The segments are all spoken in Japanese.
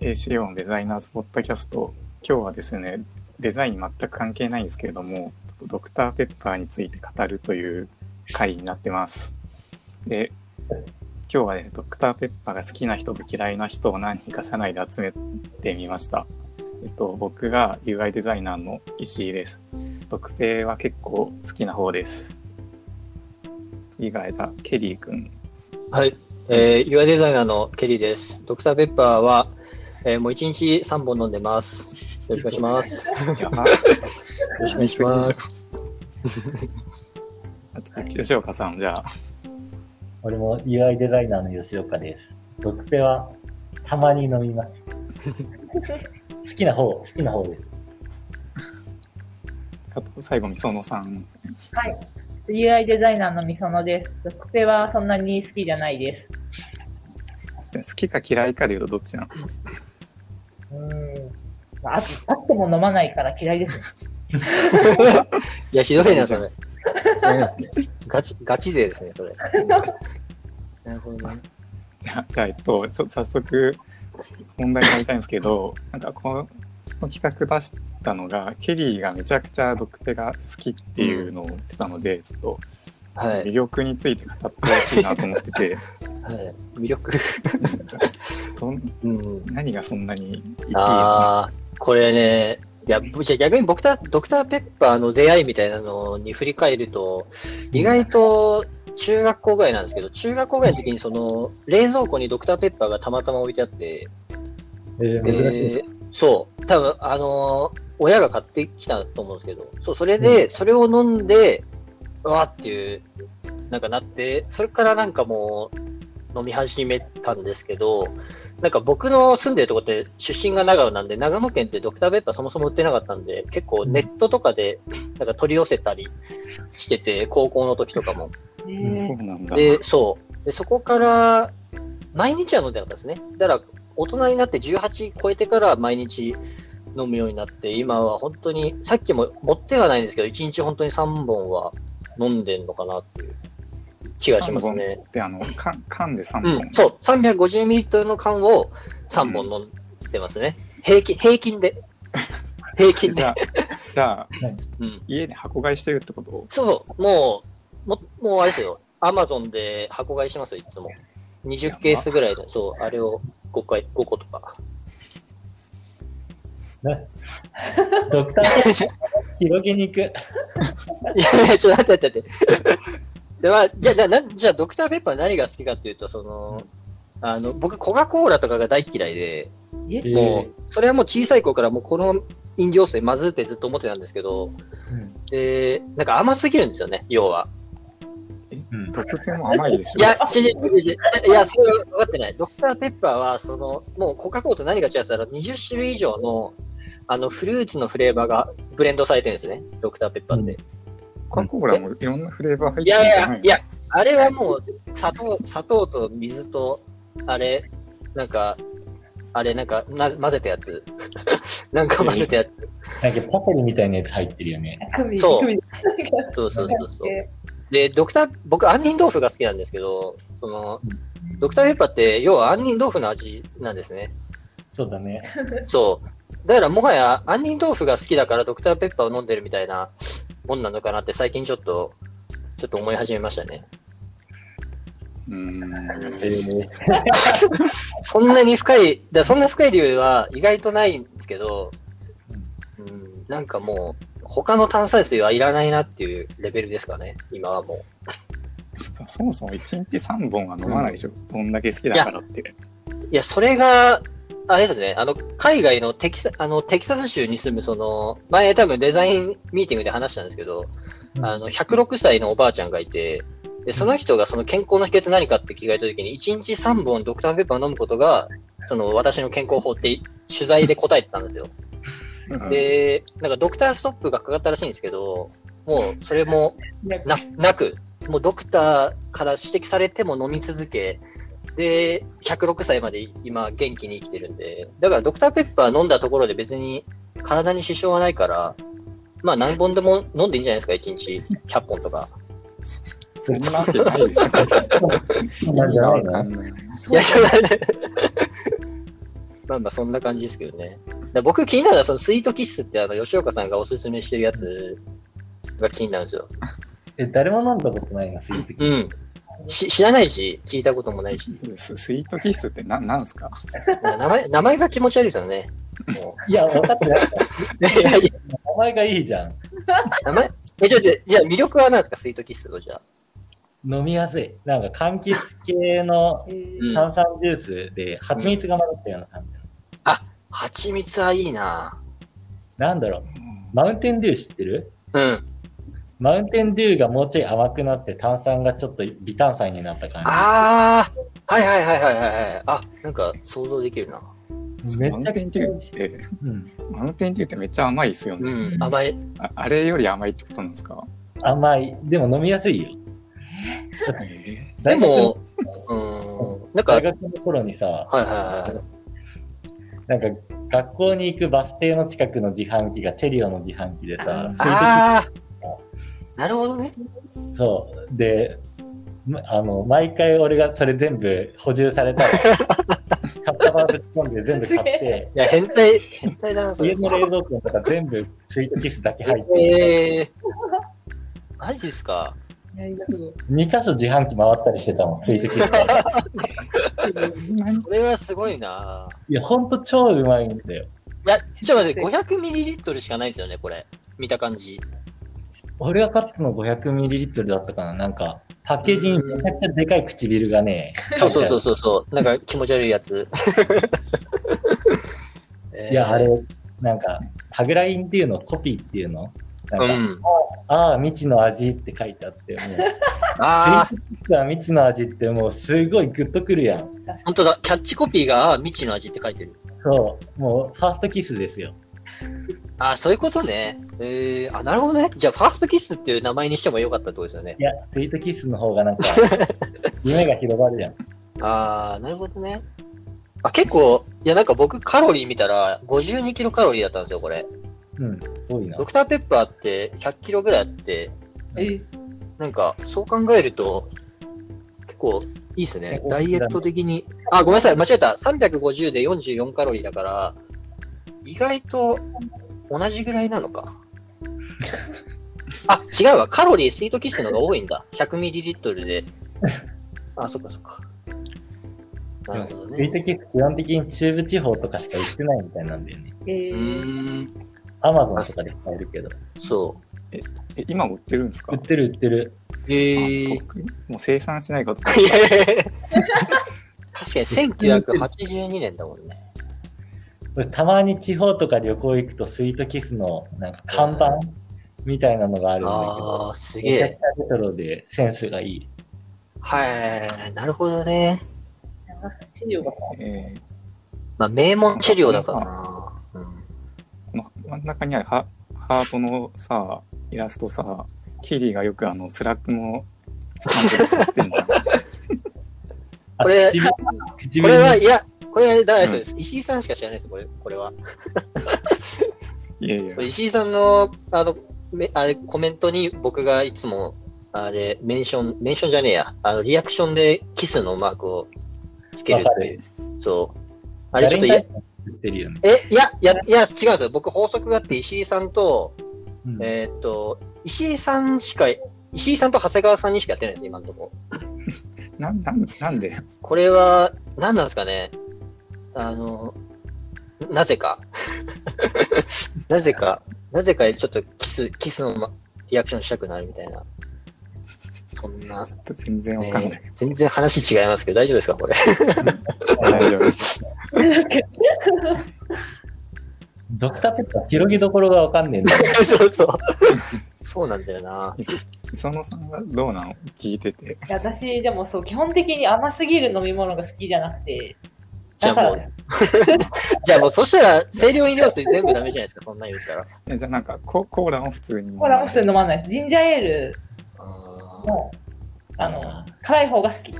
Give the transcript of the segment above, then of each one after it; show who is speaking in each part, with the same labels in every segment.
Speaker 1: ACO デザイナーズポッドキャスト今日はですねデザイン全く関係ないんですけれどもドクターペッパーについて語るという回になってますで今日はねドクターペッパーが好きな人と嫌いな人を何人か社内で集めてみましたえっと僕が UI デザイナーの石井です特定は結構好きな方です以外がケリーくん
Speaker 2: はい、えー、UI デザイナーのケリーです。ドクターペッパーは、えーもう1日3本飲んでます。よろしくお願いします。よ
Speaker 1: やば
Speaker 2: ろしくお願いします。
Speaker 1: あと吉岡さんじゃあ
Speaker 3: 俺も UI デザイナーの吉岡です。ドクペはたまに飲みます。好きな方、好きな方です。
Speaker 1: あと最後にそのさん
Speaker 4: UI デザイナーのみそのです。ドクペはそんなに好きじゃないです。
Speaker 1: 好きか嫌いかで言うとどっちなの
Speaker 4: うーん。まあ、ああっても飲まないから嫌いです。
Speaker 2: いや、ひどいな、それ。ガチ、ガチ勢ですね、そ れ。なるほどね。
Speaker 1: じゃあ、じゃあえっと、ちょ早速、本題に入りたいんですけど、なんかこの、この企画出したのが、ケリーがめちゃくちゃドクペが好きっていうのを言ってたので、ちょっと、
Speaker 2: は
Speaker 1: 魅
Speaker 2: い。
Speaker 1: 力について語ってほしいなと思ってて、
Speaker 2: はい、魅力。
Speaker 1: どん
Speaker 2: うん。
Speaker 1: 何がそんなにいいの
Speaker 2: ああ、これね、いや、ぶじゃあ逆に僕たドクターペッパーの出会いみたいなのに振り返ると、意外と中学校ぐらいなんですけど、中学校ぐらいの時にその冷蔵庫にドクターペッパーがたまたま置いてあって、
Speaker 3: えー、珍しい。
Speaker 2: えーそう、多分あのー親が買ってきたと思うんですけど、そう、それで、それを飲んで、うわーっていう、なんかなって、それからなんかもう、飲み始めたんですけど、なんか僕の住んでるとこって出身が長野なんで、長野県ってドクターペッパーそもそも売ってなかったんで、結構ネットとかでなんか取り寄せたりしてて、高校の時とかも。
Speaker 1: そうなんだ。
Speaker 2: で、そう。で、そこから、毎日は飲んでなかったですね。だから、大人になって18超えてから毎日飲むようになって、今は本当に、さっきも持ってはないんですけど、1日本当に3本は飲んでんのかなっていう気がしますね。
Speaker 1: で、あの、缶缶で3
Speaker 2: う
Speaker 1: 本。
Speaker 2: ん、そう。350ml の缶を3本飲んでますね。平均、平 均で。平均
Speaker 1: じ
Speaker 2: で
Speaker 1: ゃ。あ、じゃあ
Speaker 2: うん。
Speaker 1: 家で箱買いしてるってこと
Speaker 2: そう、もう、ももうあれですよ、アマゾンで箱買いしますよ、いつも。20ケースぐらいの、そう、あれを5回、5個とか。
Speaker 3: ね、ドクターペッパー広げに行く。
Speaker 2: いやいや、ちょっと待って待って 待って。では、じゃあ、じゃあなんじゃあドクターペッパー何が好きかっていうと、その、あの、僕、コカ・コーラとかが大嫌いで、
Speaker 4: え
Speaker 3: え
Speaker 2: も
Speaker 3: ー
Speaker 2: う、それはもう小さい頃からもうこの飲料水まずってずっと思ってたんですけど、
Speaker 3: うん
Speaker 2: で、なんか甘すぎるんですよね、要は。
Speaker 3: うん
Speaker 1: ドクペも甘いでしょ
Speaker 2: いや、違う違う違う違ういや、それは分かってない。ドクターペッパーは、その、もうコカ・コーラと何が違うって言ったら、20種類以上の、あの、フルーツのフレーバーがブレンドされてるんですね。ドクターペッパーって。
Speaker 1: コカ・コーラもいろんなフレーバー入っ
Speaker 2: い
Speaker 1: てるん
Speaker 2: や
Speaker 1: じ
Speaker 2: い
Speaker 1: ゃな
Speaker 2: や
Speaker 1: い、
Speaker 2: いや、あれはもう、砂糖、砂糖と水と、あれ、なんか、あれ、なんか、な、混ぜたやつ。 なんか混ぜたやつ。
Speaker 3: なんかパセリみたいなやつ入ってるよね。
Speaker 4: 首、
Speaker 2: そう
Speaker 4: 首じ
Speaker 2: そうそうそう
Speaker 4: ゃなく
Speaker 2: そう。
Speaker 4: て
Speaker 2: で、ドクター、僕、杏仁豆腐が好きなんですけど、その、ドクターペッパーって、要は杏仁豆腐の味なんですね。
Speaker 3: そうだね。
Speaker 2: そう。だからもはや、杏仁豆腐が好きだからドクターペッパーを飲んでるみたいなもんなのかなって最近ちょっと、ちょっと思い始めましたね。
Speaker 1: うーん
Speaker 3: えー、
Speaker 2: そんなに深い、だからそんな深い理由は意外とないんですけど、うん、なんかもう、他の炭酸水はいらないなっていうレベルですかね、今はも
Speaker 1: そもそも1日3本は飲まないでしょ、どんだけ好きだからって。
Speaker 2: う。いや、それが、あれですね、あの、海外のテキサあのテキサス州に住む、その、前多分デザインミーティングで話したんですけど、あの、106歳のおばあちゃんがいて、で、その人がその健康の秘訣何かって聞かれた時に、1日3本ドクターペッパー飲むことが、その私の健康法って取材で答えてたんですよ。
Speaker 1: うん
Speaker 2: で、なんかドクターストップがかかったらしいんですけど、もうそれもななく、もうドクターから指摘されても飲み続け、で、106歳まで今元気に生きてるんで、だからドクターペッパー飲んだところで別に体に支障はないから、まあ何本でも飲んでいいんじゃないですか、1日100本とか。
Speaker 1: そんなわけない でしょ。
Speaker 3: なんじゃないの
Speaker 1: んない。
Speaker 2: いや、じゃないね。 まあまあ、そんな感じですけどね。だから僕気になるのは、そのスイートキッスってあの、吉岡さんがおすすめしてるやつが気になるんですよ。
Speaker 3: え、誰も飲んだことないの、スイートキ
Speaker 2: う
Speaker 3: ッ
Speaker 2: ん。し知らないし、聞いたこともないし。
Speaker 1: ススイートキッスってななんすか
Speaker 2: 名前、名前が気持ち悪いですよね。も
Speaker 3: ス。いや、分かって ない。
Speaker 2: ういやいやいや
Speaker 3: 名前がいいじゃん。
Speaker 2: 名前え、ちょ、ちょ、じゃあ魅力は何ですか、スイートキッスのじゃあ。
Speaker 3: 飲みやすい。なんか、柑橘系の
Speaker 2: うん
Speaker 3: 炭酸ジュースで、蜂蜜が混ざったような感じ。
Speaker 2: 蜂蜜はいいな
Speaker 3: なんだろう。マウンテンデュー知ってる
Speaker 2: うん。
Speaker 3: マウンテンデューがもうちょい甘くなって炭酸がちょっと微炭酸になった感
Speaker 2: ああ、はいはいはいはいはいはい。あ、なんか想像できるな。
Speaker 3: じ。
Speaker 1: マ
Speaker 3: め
Speaker 1: ウン
Speaker 3: ちゃ
Speaker 1: テン
Speaker 3: く
Speaker 1: デ
Speaker 3: ちゃ
Speaker 1: ュ
Speaker 3: 美
Speaker 1: ー
Speaker 3: 味
Speaker 1: っ
Speaker 3: しい。
Speaker 1: て、
Speaker 3: うん、
Speaker 1: マウンテンデューってめっちゃ甘いですよ
Speaker 2: う
Speaker 1: ね。
Speaker 2: ん、甘い。
Speaker 1: ああれより甘いってことなんですか
Speaker 3: 甘い。でも飲みやすいよ。
Speaker 1: え
Speaker 2: で
Speaker 3: 大学の
Speaker 2: も、うん、なんか、は
Speaker 3: 大
Speaker 2: い
Speaker 3: 学の頃にさ、
Speaker 2: はいは
Speaker 3: なんか学校に行くバス停の近くの自販機がチェリオの自販機でさ、
Speaker 4: うん
Speaker 2: い。
Speaker 3: スイー
Speaker 2: ああ、なるほどね。
Speaker 3: トキそう。で、まあの、毎回俺がそれ全部補充さ れたら、カッタバーぶち込んで全部買って、
Speaker 2: いや、変 態、変態だな、そ
Speaker 3: 家
Speaker 2: れ。
Speaker 3: の冷蔵庫とか全部スイートキスだけ入って、
Speaker 2: ええー。マジですか
Speaker 4: やりたく
Speaker 3: 2箇所自販機回ったりしてたもん、スイートキス。
Speaker 1: ー
Speaker 2: それはすごいない
Speaker 3: や、ほんと超うまいんだよ。
Speaker 2: いや、ちょっと待って、500ミリリットルしかないですよね、これ。見た感じ。
Speaker 3: 俺が買ったの 500ml だったかななんか、パッケージにめちゃくちゃでかい唇がね、
Speaker 2: そうそうそうそうそう。なんか気持ち悪いや つ。えー
Speaker 3: いや、あれ、なんか、タグラインっていうの、コピーっていうのなん
Speaker 2: う
Speaker 3: か、
Speaker 2: ん。
Speaker 3: ああ、未知の味って書いてあって、もう、
Speaker 2: ああ、
Speaker 3: 実は未知の味ってもうすごいグッとくるやん。
Speaker 2: 本当だ。キャッチコピーが、あー未知の味って書いてる。
Speaker 3: そう、もう、ファーストキスですよ。
Speaker 2: ああ、そういうことね。えー、あ、なるほどね。じゃあ、ファーストキスっていう名前にしてもよかったってことですよ ね。
Speaker 3: いや、スイートキスの方がなん か、夢が広がるやん。
Speaker 2: ああ、なるほどね。あ、結構、いや、なんか僕、カロリー見たら、52キロカロリーだったんですよ、これ。
Speaker 3: うん、多いな
Speaker 2: ド。クターペッパーって100キロぐらいあって、
Speaker 4: え、
Speaker 2: なんか、そう考えると、結構いいですね
Speaker 3: 結。構
Speaker 2: ダイエット的に。あ、ごめんなさい、間違えた。350で44カロリーだから、意外と同じぐらいなの か。あ、違うわ。カロリー、スイートキッスの方が多いんだ。100ミリリットルで。あ、そっかそっか。なるほど
Speaker 3: スイー
Speaker 2: ね。
Speaker 3: トキス、基本的に中部地方とかしか売ってないみたいなんだよね。
Speaker 4: え
Speaker 2: う
Speaker 4: ー、
Speaker 2: ーん、
Speaker 3: アマゾンとかで買えるけど。
Speaker 2: そ
Speaker 1: え今売ってるんですか
Speaker 3: 売ってる売ってる。
Speaker 2: う。
Speaker 1: あ
Speaker 2: へえ。
Speaker 1: とっくにもう生産しないかとか。
Speaker 2: いやいやいや 確かに1982年だもん ね。
Speaker 3: 俺たまに地方とか旅行行くとスイートキスのなんか看板みたいなのがあるんだけ
Speaker 2: あ
Speaker 3: ど
Speaker 2: あ、、すげ
Speaker 3: めちゃく
Speaker 2: え。
Speaker 3: ちゃレトロでセンスがいい。
Speaker 2: はい、なるほどね。
Speaker 4: 確かに資料が
Speaker 1: えー
Speaker 2: まあ、名門治療だからな。うん
Speaker 1: この真ん中にあるハハートのさ、イラストさ、キリがよくあの、スラックのスタンドで使ってんじゃん。
Speaker 3: あ
Speaker 2: これ
Speaker 3: 唇
Speaker 2: これ
Speaker 3: 唇
Speaker 2: は、
Speaker 3: に
Speaker 2: いや、これ、だからそうです。石井さんしか知らないです、これこれは。
Speaker 1: いやいや
Speaker 2: そう。石井さんの、あの、めあれ、コメントに僕がいつも、あれ、メンション、メンションじゃねえや。あの、リアクションでキスのマークをつけるっていう。そう。あれ、ちょっといや、
Speaker 3: 誰に対しても言ってるよね。
Speaker 2: え、いや、いや、いや、違うんですよ。僕、法則があって、石井さんと、
Speaker 3: うん
Speaker 2: えーっと、石井さんしか、石井さんと長谷川さんにしかやってないです、今のところ。
Speaker 1: なん、なん、なんで
Speaker 2: これは、何なんですかね。あの、なぜか。 なぜか、なぜかちょっとキス、キスのまリアクションしたくなるみたいな。そんな、
Speaker 1: ちょっと全然わかんない。
Speaker 2: ね全然話違いますけど、大丈夫ですか、これ。
Speaker 1: 大丈夫。
Speaker 3: ドクターペッパー広げどころがわかんねえんだよ。
Speaker 2: そうそう。そうなんだよな。
Speaker 1: 磯野さんはどうなの聞いてて。
Speaker 4: いや私、でもそう、基本的に甘すぎる飲み物が好きじゃなくて、
Speaker 2: じゃあ
Speaker 4: だから
Speaker 2: もう
Speaker 4: です。、
Speaker 2: じゃあもう、そしたら、清涼飲料水全部ダメじゃないですか、そんなん言うたら。
Speaker 1: えじゃあなんかコ、コーラを普通に。
Speaker 4: コーラも普通に飲まないです。ジンジャーエール
Speaker 2: あー
Speaker 4: も、あの、辛い方が好き。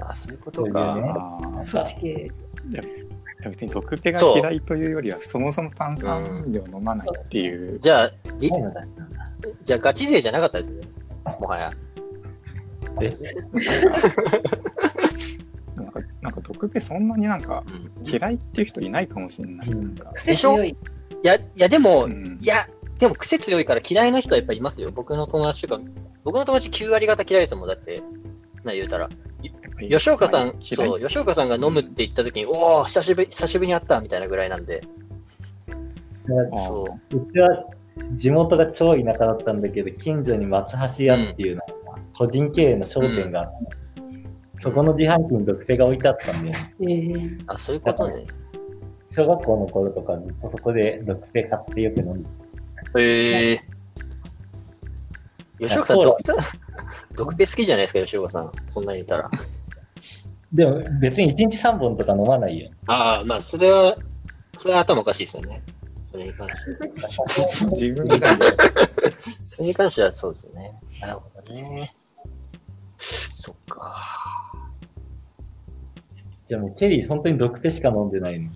Speaker 2: あ、そういうこと
Speaker 3: そうい
Speaker 2: か。
Speaker 3: うね
Speaker 1: ああ。
Speaker 4: そっち系。
Speaker 1: いや別に毒気が
Speaker 2: そう
Speaker 1: 嫌いというよりは、そもそも炭酸飲料飲まないっていう。
Speaker 2: じゃあ、り
Speaker 3: ないのだ
Speaker 2: じゃあガチ勢じゃなかったですね。もはや。
Speaker 3: え
Speaker 1: なんか、なんかドククペそんなになんか
Speaker 2: うん
Speaker 1: 嫌いっていう人いないかもしれない。なんか
Speaker 4: 癖強い。
Speaker 2: いや、いやでも、
Speaker 1: うん
Speaker 2: いや、でも癖強いから嫌いな人はやっぱいますよ。僕の友達とか、僕の友達9割方嫌いですもん、だって。な、言うたら。
Speaker 1: やっぱり
Speaker 2: 吉岡さん、
Speaker 1: 嫌い
Speaker 2: そう、吉岡さんが飲むって言った時に、おー、久しぶり、久しぶりに会った、みたいなぐらいなんで。
Speaker 1: あー
Speaker 2: そう
Speaker 3: ちは地元が超田舎だったんだけど、近所に松橋屋っていうのが、個人経営の商店があって、そこの自販機に毒性が置いてあったんで、
Speaker 4: えー
Speaker 2: あ、そういうことね。
Speaker 3: 小学校の頃とかずっとそこで毒性買ってよく飲んで、
Speaker 2: へえ。吉岡さん、
Speaker 3: そう
Speaker 2: ドクター、 ドクペ好きじゃないですか、吉岡さん。そんなにいたら。
Speaker 3: でも別に1日3本とか飲まないよ。
Speaker 2: ああ、まあ、それは、それは頭おかしいですよね。それに関して。
Speaker 1: 自分じゃない。
Speaker 2: それに関してはそうですよね。なるほどね。そっか。
Speaker 3: じゃあもうケリー本当に毒性しか飲んでないの。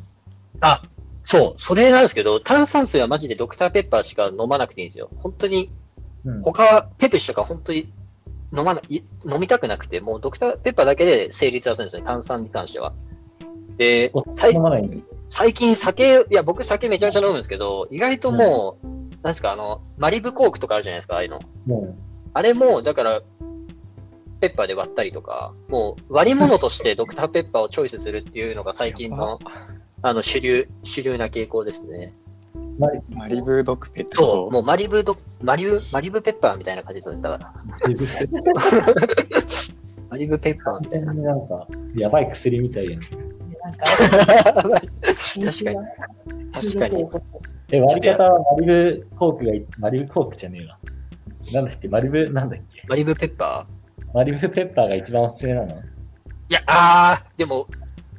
Speaker 2: あ、そう、それなんですけど、炭酸水はマジでドクターペッパーしか飲まなくていいんですよ。本当に、
Speaker 3: うん、
Speaker 2: 他は、ペプシとか本当に飲まない、い飲みたくなくて、もうドクターペッパーだけで成立させるんですよね、炭酸に関しては。で、
Speaker 3: お
Speaker 2: 最
Speaker 3: 酒飲まないの。
Speaker 2: 最近酒、いや、僕酒めちゃめちゃ飲むんですけど、意外ともう、なんですか、あの、マリブコークとかあるじゃないですか、ああいうの。
Speaker 3: も
Speaker 2: あれも、だから、ペッパーで割ったりとか、もう割り物と してドクターペッパーをチョイスするっていうのが最近の、あの、主流、主流な傾向ですね。
Speaker 3: う、まあ、
Speaker 1: マリブドクペって
Speaker 2: そう、
Speaker 1: こ
Speaker 2: もうマリブド、マリブ、マリブペッパーみたいな感じですね、だから。
Speaker 3: 自分で
Speaker 2: マリブペッパーみたい な。
Speaker 3: なんか、やばい薬みたいやん。
Speaker 4: なんか、
Speaker 2: 確かに。確かに。
Speaker 3: え、割り方はマリブコークがい、マリブコークじゃねえわ。なんだっけ、マリブ、なんだっけ。
Speaker 2: マリブペッパー
Speaker 3: マリブペッパーが一番おすすめなの
Speaker 2: いや、あー、でも、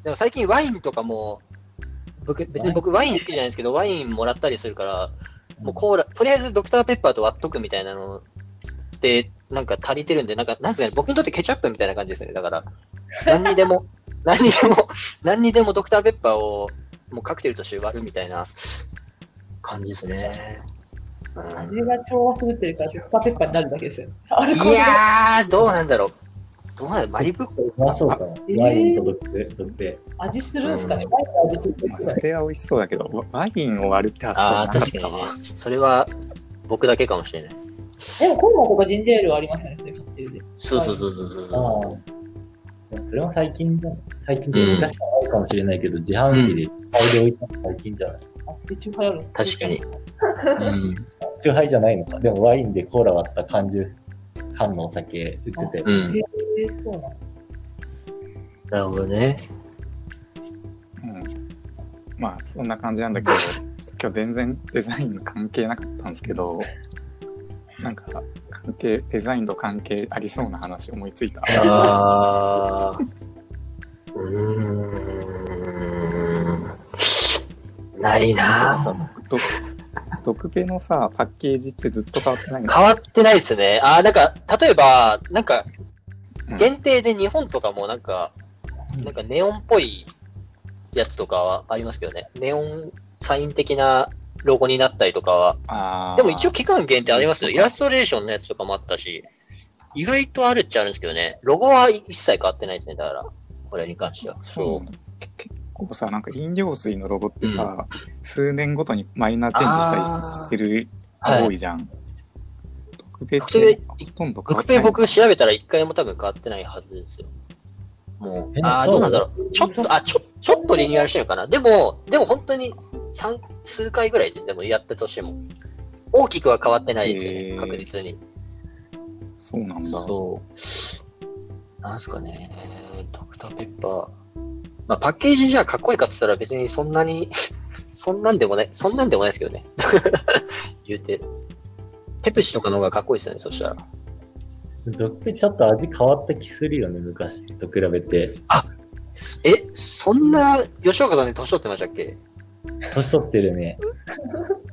Speaker 2: でも最近ワインとかも、僕、別に僕ワイン好きじゃないですけど、ワインもらったりするから、もうコーラ、とりあえずドクターペッパーと割っとくみたいなのって、なんか足りてるんで、なんか、なんですかね、僕にとってケチャップみたいな感じですね。だから、何にで も、何にでも、何にでもドクターペッパーを、もうカクテルとして割るみたいな感じですね。うん
Speaker 4: 味が調和するっていうか、ペッパーペッパーになるだけですよ。アルコー
Speaker 2: い
Speaker 4: ルが
Speaker 2: やー、どうなんだろう。どうなんだろう。マリブ
Speaker 3: まあそうかも。
Speaker 4: えー
Speaker 3: ワインとドッグ、ドッグ。
Speaker 4: 味するんですかね
Speaker 2: うん
Speaker 4: ワインの味するん
Speaker 1: と。まあ
Speaker 4: です
Speaker 1: そ
Speaker 4: かね
Speaker 1: れは美味しそうだけど、ワワインを割るって発想
Speaker 2: ああ
Speaker 1: な
Speaker 2: ー、
Speaker 1: か
Speaker 2: 確
Speaker 1: っ
Speaker 2: か
Speaker 1: た
Speaker 2: にね
Speaker 1: わ。。
Speaker 2: それは僕だけかもしれない。
Speaker 4: でも、コーラとかジンジャーエールはありますよね、そういうカクテルで。
Speaker 2: そうそうそうそうそう
Speaker 3: ああ
Speaker 2: そう。。
Speaker 3: でもそれも最近だ、最近で昔からあるかもしれないけど、自販機でいっぱいで置いたの最近じゃない。
Speaker 4: あ、で、チューハイあるんです
Speaker 2: 確 かに。。うん。
Speaker 3: チューハイじゃないのか。でもワインでコーラ割った缶ジュ缶のお酒売ってて。
Speaker 2: うん。
Speaker 4: えー、そうなの
Speaker 2: なるほどね。
Speaker 1: うんまあそんな感じなんだけど、ちょっと今日全然デザイン関係なかったんですけど、なんか関係デザインと関係ありそうな話思いついた。
Speaker 2: ああ。うーん。ないな
Speaker 1: さドドクペのさパッケージってずっと変わってないの
Speaker 2: 変わってないですね。ああ、なんか、例えば、なんか
Speaker 1: うん、
Speaker 2: 限定で日本とかもなんか、なんかネオンっぽいやつとかはありますけどね。ネオンサイン的なロゴになったりとかは
Speaker 1: あー
Speaker 2: でも一応期間限定ありますよ。イラストレーションのやつとかもあったし、意外とあるっちゃあるんですけどね、ロゴは一切変わってないですね、だから、これに関しては。
Speaker 1: そうなんだけ結構さなんか飲料水のロゴってさ、数年ごとにマイナーチェンジしたり
Speaker 2: あ
Speaker 1: し
Speaker 2: ー
Speaker 1: してる
Speaker 2: はい
Speaker 1: 多いじゃん。特別
Speaker 2: 特別
Speaker 1: ほとんど変わ
Speaker 2: 僕
Speaker 1: っ
Speaker 2: と
Speaker 1: てない。
Speaker 2: 僕調べたら一回も多分変わってないはずですよ。もう
Speaker 3: え、
Speaker 2: ああ、
Speaker 3: そう
Speaker 2: どうなんだろう。ちょっと、あ、ちょ、ちょっとリニューアルしてるかな。でも、でも本当に三数回ぐらいで、でもやったとしても。大きくは変わってないですよ
Speaker 1: へ
Speaker 2: ね、
Speaker 1: ー
Speaker 2: 確実に。
Speaker 1: そうなんだ。
Speaker 2: そう。なんすかね、ドクターペッパー。まあ、パッケージじゃかっこいいかって言ったら別にそんなに、 そんなんでもない、そんなんでもないですけどね。 言うて。ペプシとかの方がかっこいいですよね、そしたら。
Speaker 3: ドッグちょっと味変わった気するよね、昔と比べて。
Speaker 2: え、そんな、吉岡さんで年取ってましたっけ
Speaker 3: 年取ってるね。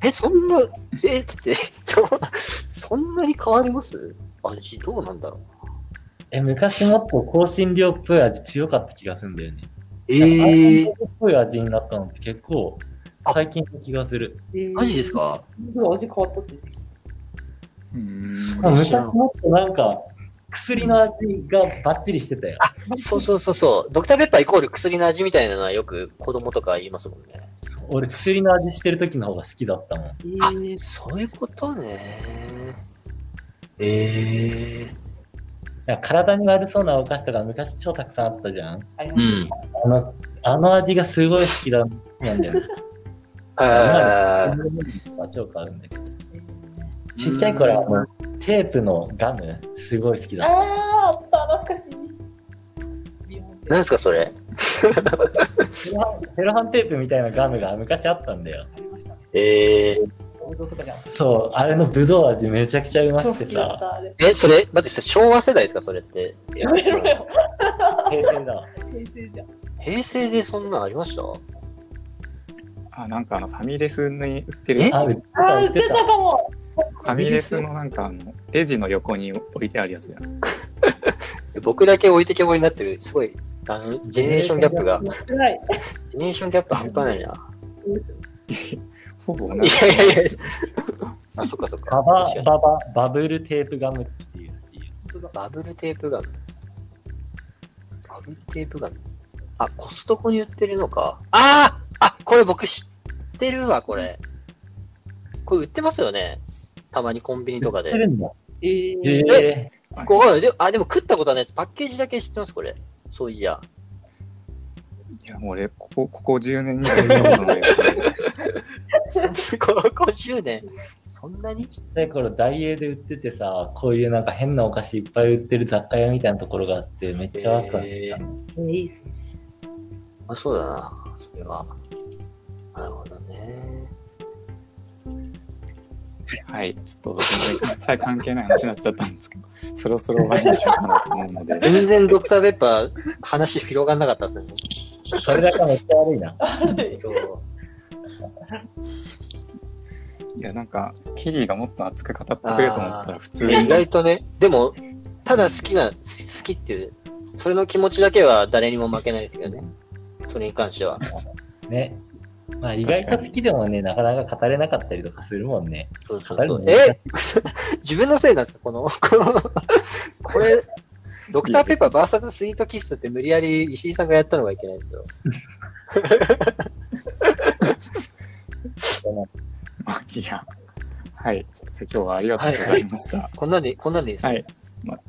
Speaker 2: え、そんな、えって、 そそんなに変わります味どうなんだろう。
Speaker 3: え、昔もっと香辛料っぽい味強かった気がするんだよね。
Speaker 2: え
Speaker 3: え
Speaker 2: ー、
Speaker 3: っぽい味になったのって結構
Speaker 2: あ
Speaker 3: 最近の気がする。
Speaker 4: えー
Speaker 2: マジですか
Speaker 4: 味変わったって。
Speaker 1: うーん
Speaker 3: まあ昔もっとなんか、薬の味がバッチリしてたよ。
Speaker 2: そうそうそうそう。ドクターペッパーイコール薬の味みたいなのはよく子供とか言いますもんね。
Speaker 3: 俺、薬の味してる時の方が好きだったもん。
Speaker 2: あ、そういうことね。ええ
Speaker 3: なんか体に悪そうなお菓子とか昔超たくさんあったじゃん。
Speaker 4: ありま
Speaker 2: う
Speaker 4: す
Speaker 2: ん。
Speaker 3: あの、あの味がすごい好きだなんだよね。
Speaker 2: あ
Speaker 3: 超買うんだけど。ちっちゃい頃はもうテープのガム、すごい好きだった。
Speaker 4: あー、あった、懐かしい。
Speaker 2: ーなんですか、それ。
Speaker 3: セロハンセロハンテープみたいなガムが昔あったんだよ。
Speaker 4: ありましたね。
Speaker 2: ええ
Speaker 4: 王道とかじゃん。
Speaker 3: そう、あれのぶどう味めちゃくちゃうま
Speaker 4: 超
Speaker 3: く
Speaker 4: 好
Speaker 3: て
Speaker 4: きだっ
Speaker 3: さ、
Speaker 4: た、あれ。
Speaker 2: え、それ、待って、昭和世代ですか、それって。
Speaker 4: やめ ろよ。
Speaker 3: 平成だわ。
Speaker 4: 平成じゃん。
Speaker 2: 平成でそんなんありました
Speaker 1: あ、なんかあの、ファミレスに売ってる
Speaker 2: え
Speaker 1: や
Speaker 3: あ、
Speaker 1: つ。
Speaker 3: 売
Speaker 1: フ
Speaker 3: ってた、
Speaker 4: あ
Speaker 3: 売
Speaker 4: ー、売
Speaker 3: っ
Speaker 4: ってて
Speaker 3: た
Speaker 4: た。かも。
Speaker 1: ァミレスのなんかあの、レジの横に置いてあるやつだ。
Speaker 2: 僕だけ置いてけぼりになってる、すごい、あの、ジェネレーションギャップが、ジ
Speaker 4: 辛い。
Speaker 2: ェネレーションギャップ半端ないな。
Speaker 1: ほぼ同
Speaker 2: い
Speaker 1: じ。
Speaker 2: やいやいや。あ、そっかそっか。
Speaker 3: ババ
Speaker 2: 確か、に
Speaker 3: ババ、バブルテープガムっていうらしいよ。
Speaker 2: バブルテープガム。バブルテープガム。あ、コストコに売ってるのか。あああ、これ僕知ってるわ、これ。これ売ってますよね。たまにコンビニとか
Speaker 3: 売って
Speaker 2: で。
Speaker 3: るんだ。
Speaker 4: え
Speaker 3: え
Speaker 4: ー、
Speaker 3: え
Speaker 2: ここであ、でも食ったことはないです。パッケージだけ知ってます、これ。そういや。
Speaker 1: いや、もう俺、ここ、ここ10年ぐらい見たことないよこれ
Speaker 2: ここ10年。そんなに
Speaker 3: ちっちゃい頃、ダイエーで売っててさ、こういうなんか変なお菓子いっぱい売ってる雑貨屋みたいなところがあって、めっちゃワクワクした。
Speaker 4: いいっすね。
Speaker 2: まあ、そうだな、それは。なるほど ね。
Speaker 1: はい。ちょっと、全然関係ない話になっちゃったんですけど、そろそろ終わりにしようかなと思うので。
Speaker 2: 全然ドクターペッパー、話広がんなかったですね。
Speaker 3: それだけめっちゃ悪いな。
Speaker 2: そう。
Speaker 1: いや、なんか、キリーがもっと熱く語ってくれると思ったら、普通
Speaker 2: 意
Speaker 1: に。
Speaker 2: 外とね、でも、ただ好きな、好きっていう、それの気持ちだけは誰にも負けないですけどね。それに関しては。
Speaker 3: ね。まあ意外と好きでもね、なかなか語れなかったりとかするもんね。
Speaker 2: そうそうそ
Speaker 3: 語るの
Speaker 2: う。
Speaker 3: ね
Speaker 2: え 自分のせいなんですかこの、この、これ、ドクターペッパー VS スイートキッスって無理やり石井さんがやったのがいけないですよ。
Speaker 1: いや、はい。ちょっと今日はありがとうございました。
Speaker 2: こんなんで、こんなんでいいです
Speaker 1: は
Speaker 2: ね
Speaker 1: い。まあ、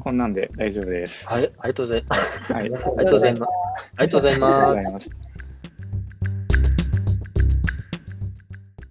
Speaker 1: こんなんで大丈夫です。
Speaker 2: はい、ありがとうございます。
Speaker 1: はい。あり
Speaker 2: ありがとうございます。ありがとうござい
Speaker 1: がとう
Speaker 2: ま
Speaker 1: ご
Speaker 2: す
Speaker 1: ざい。ました。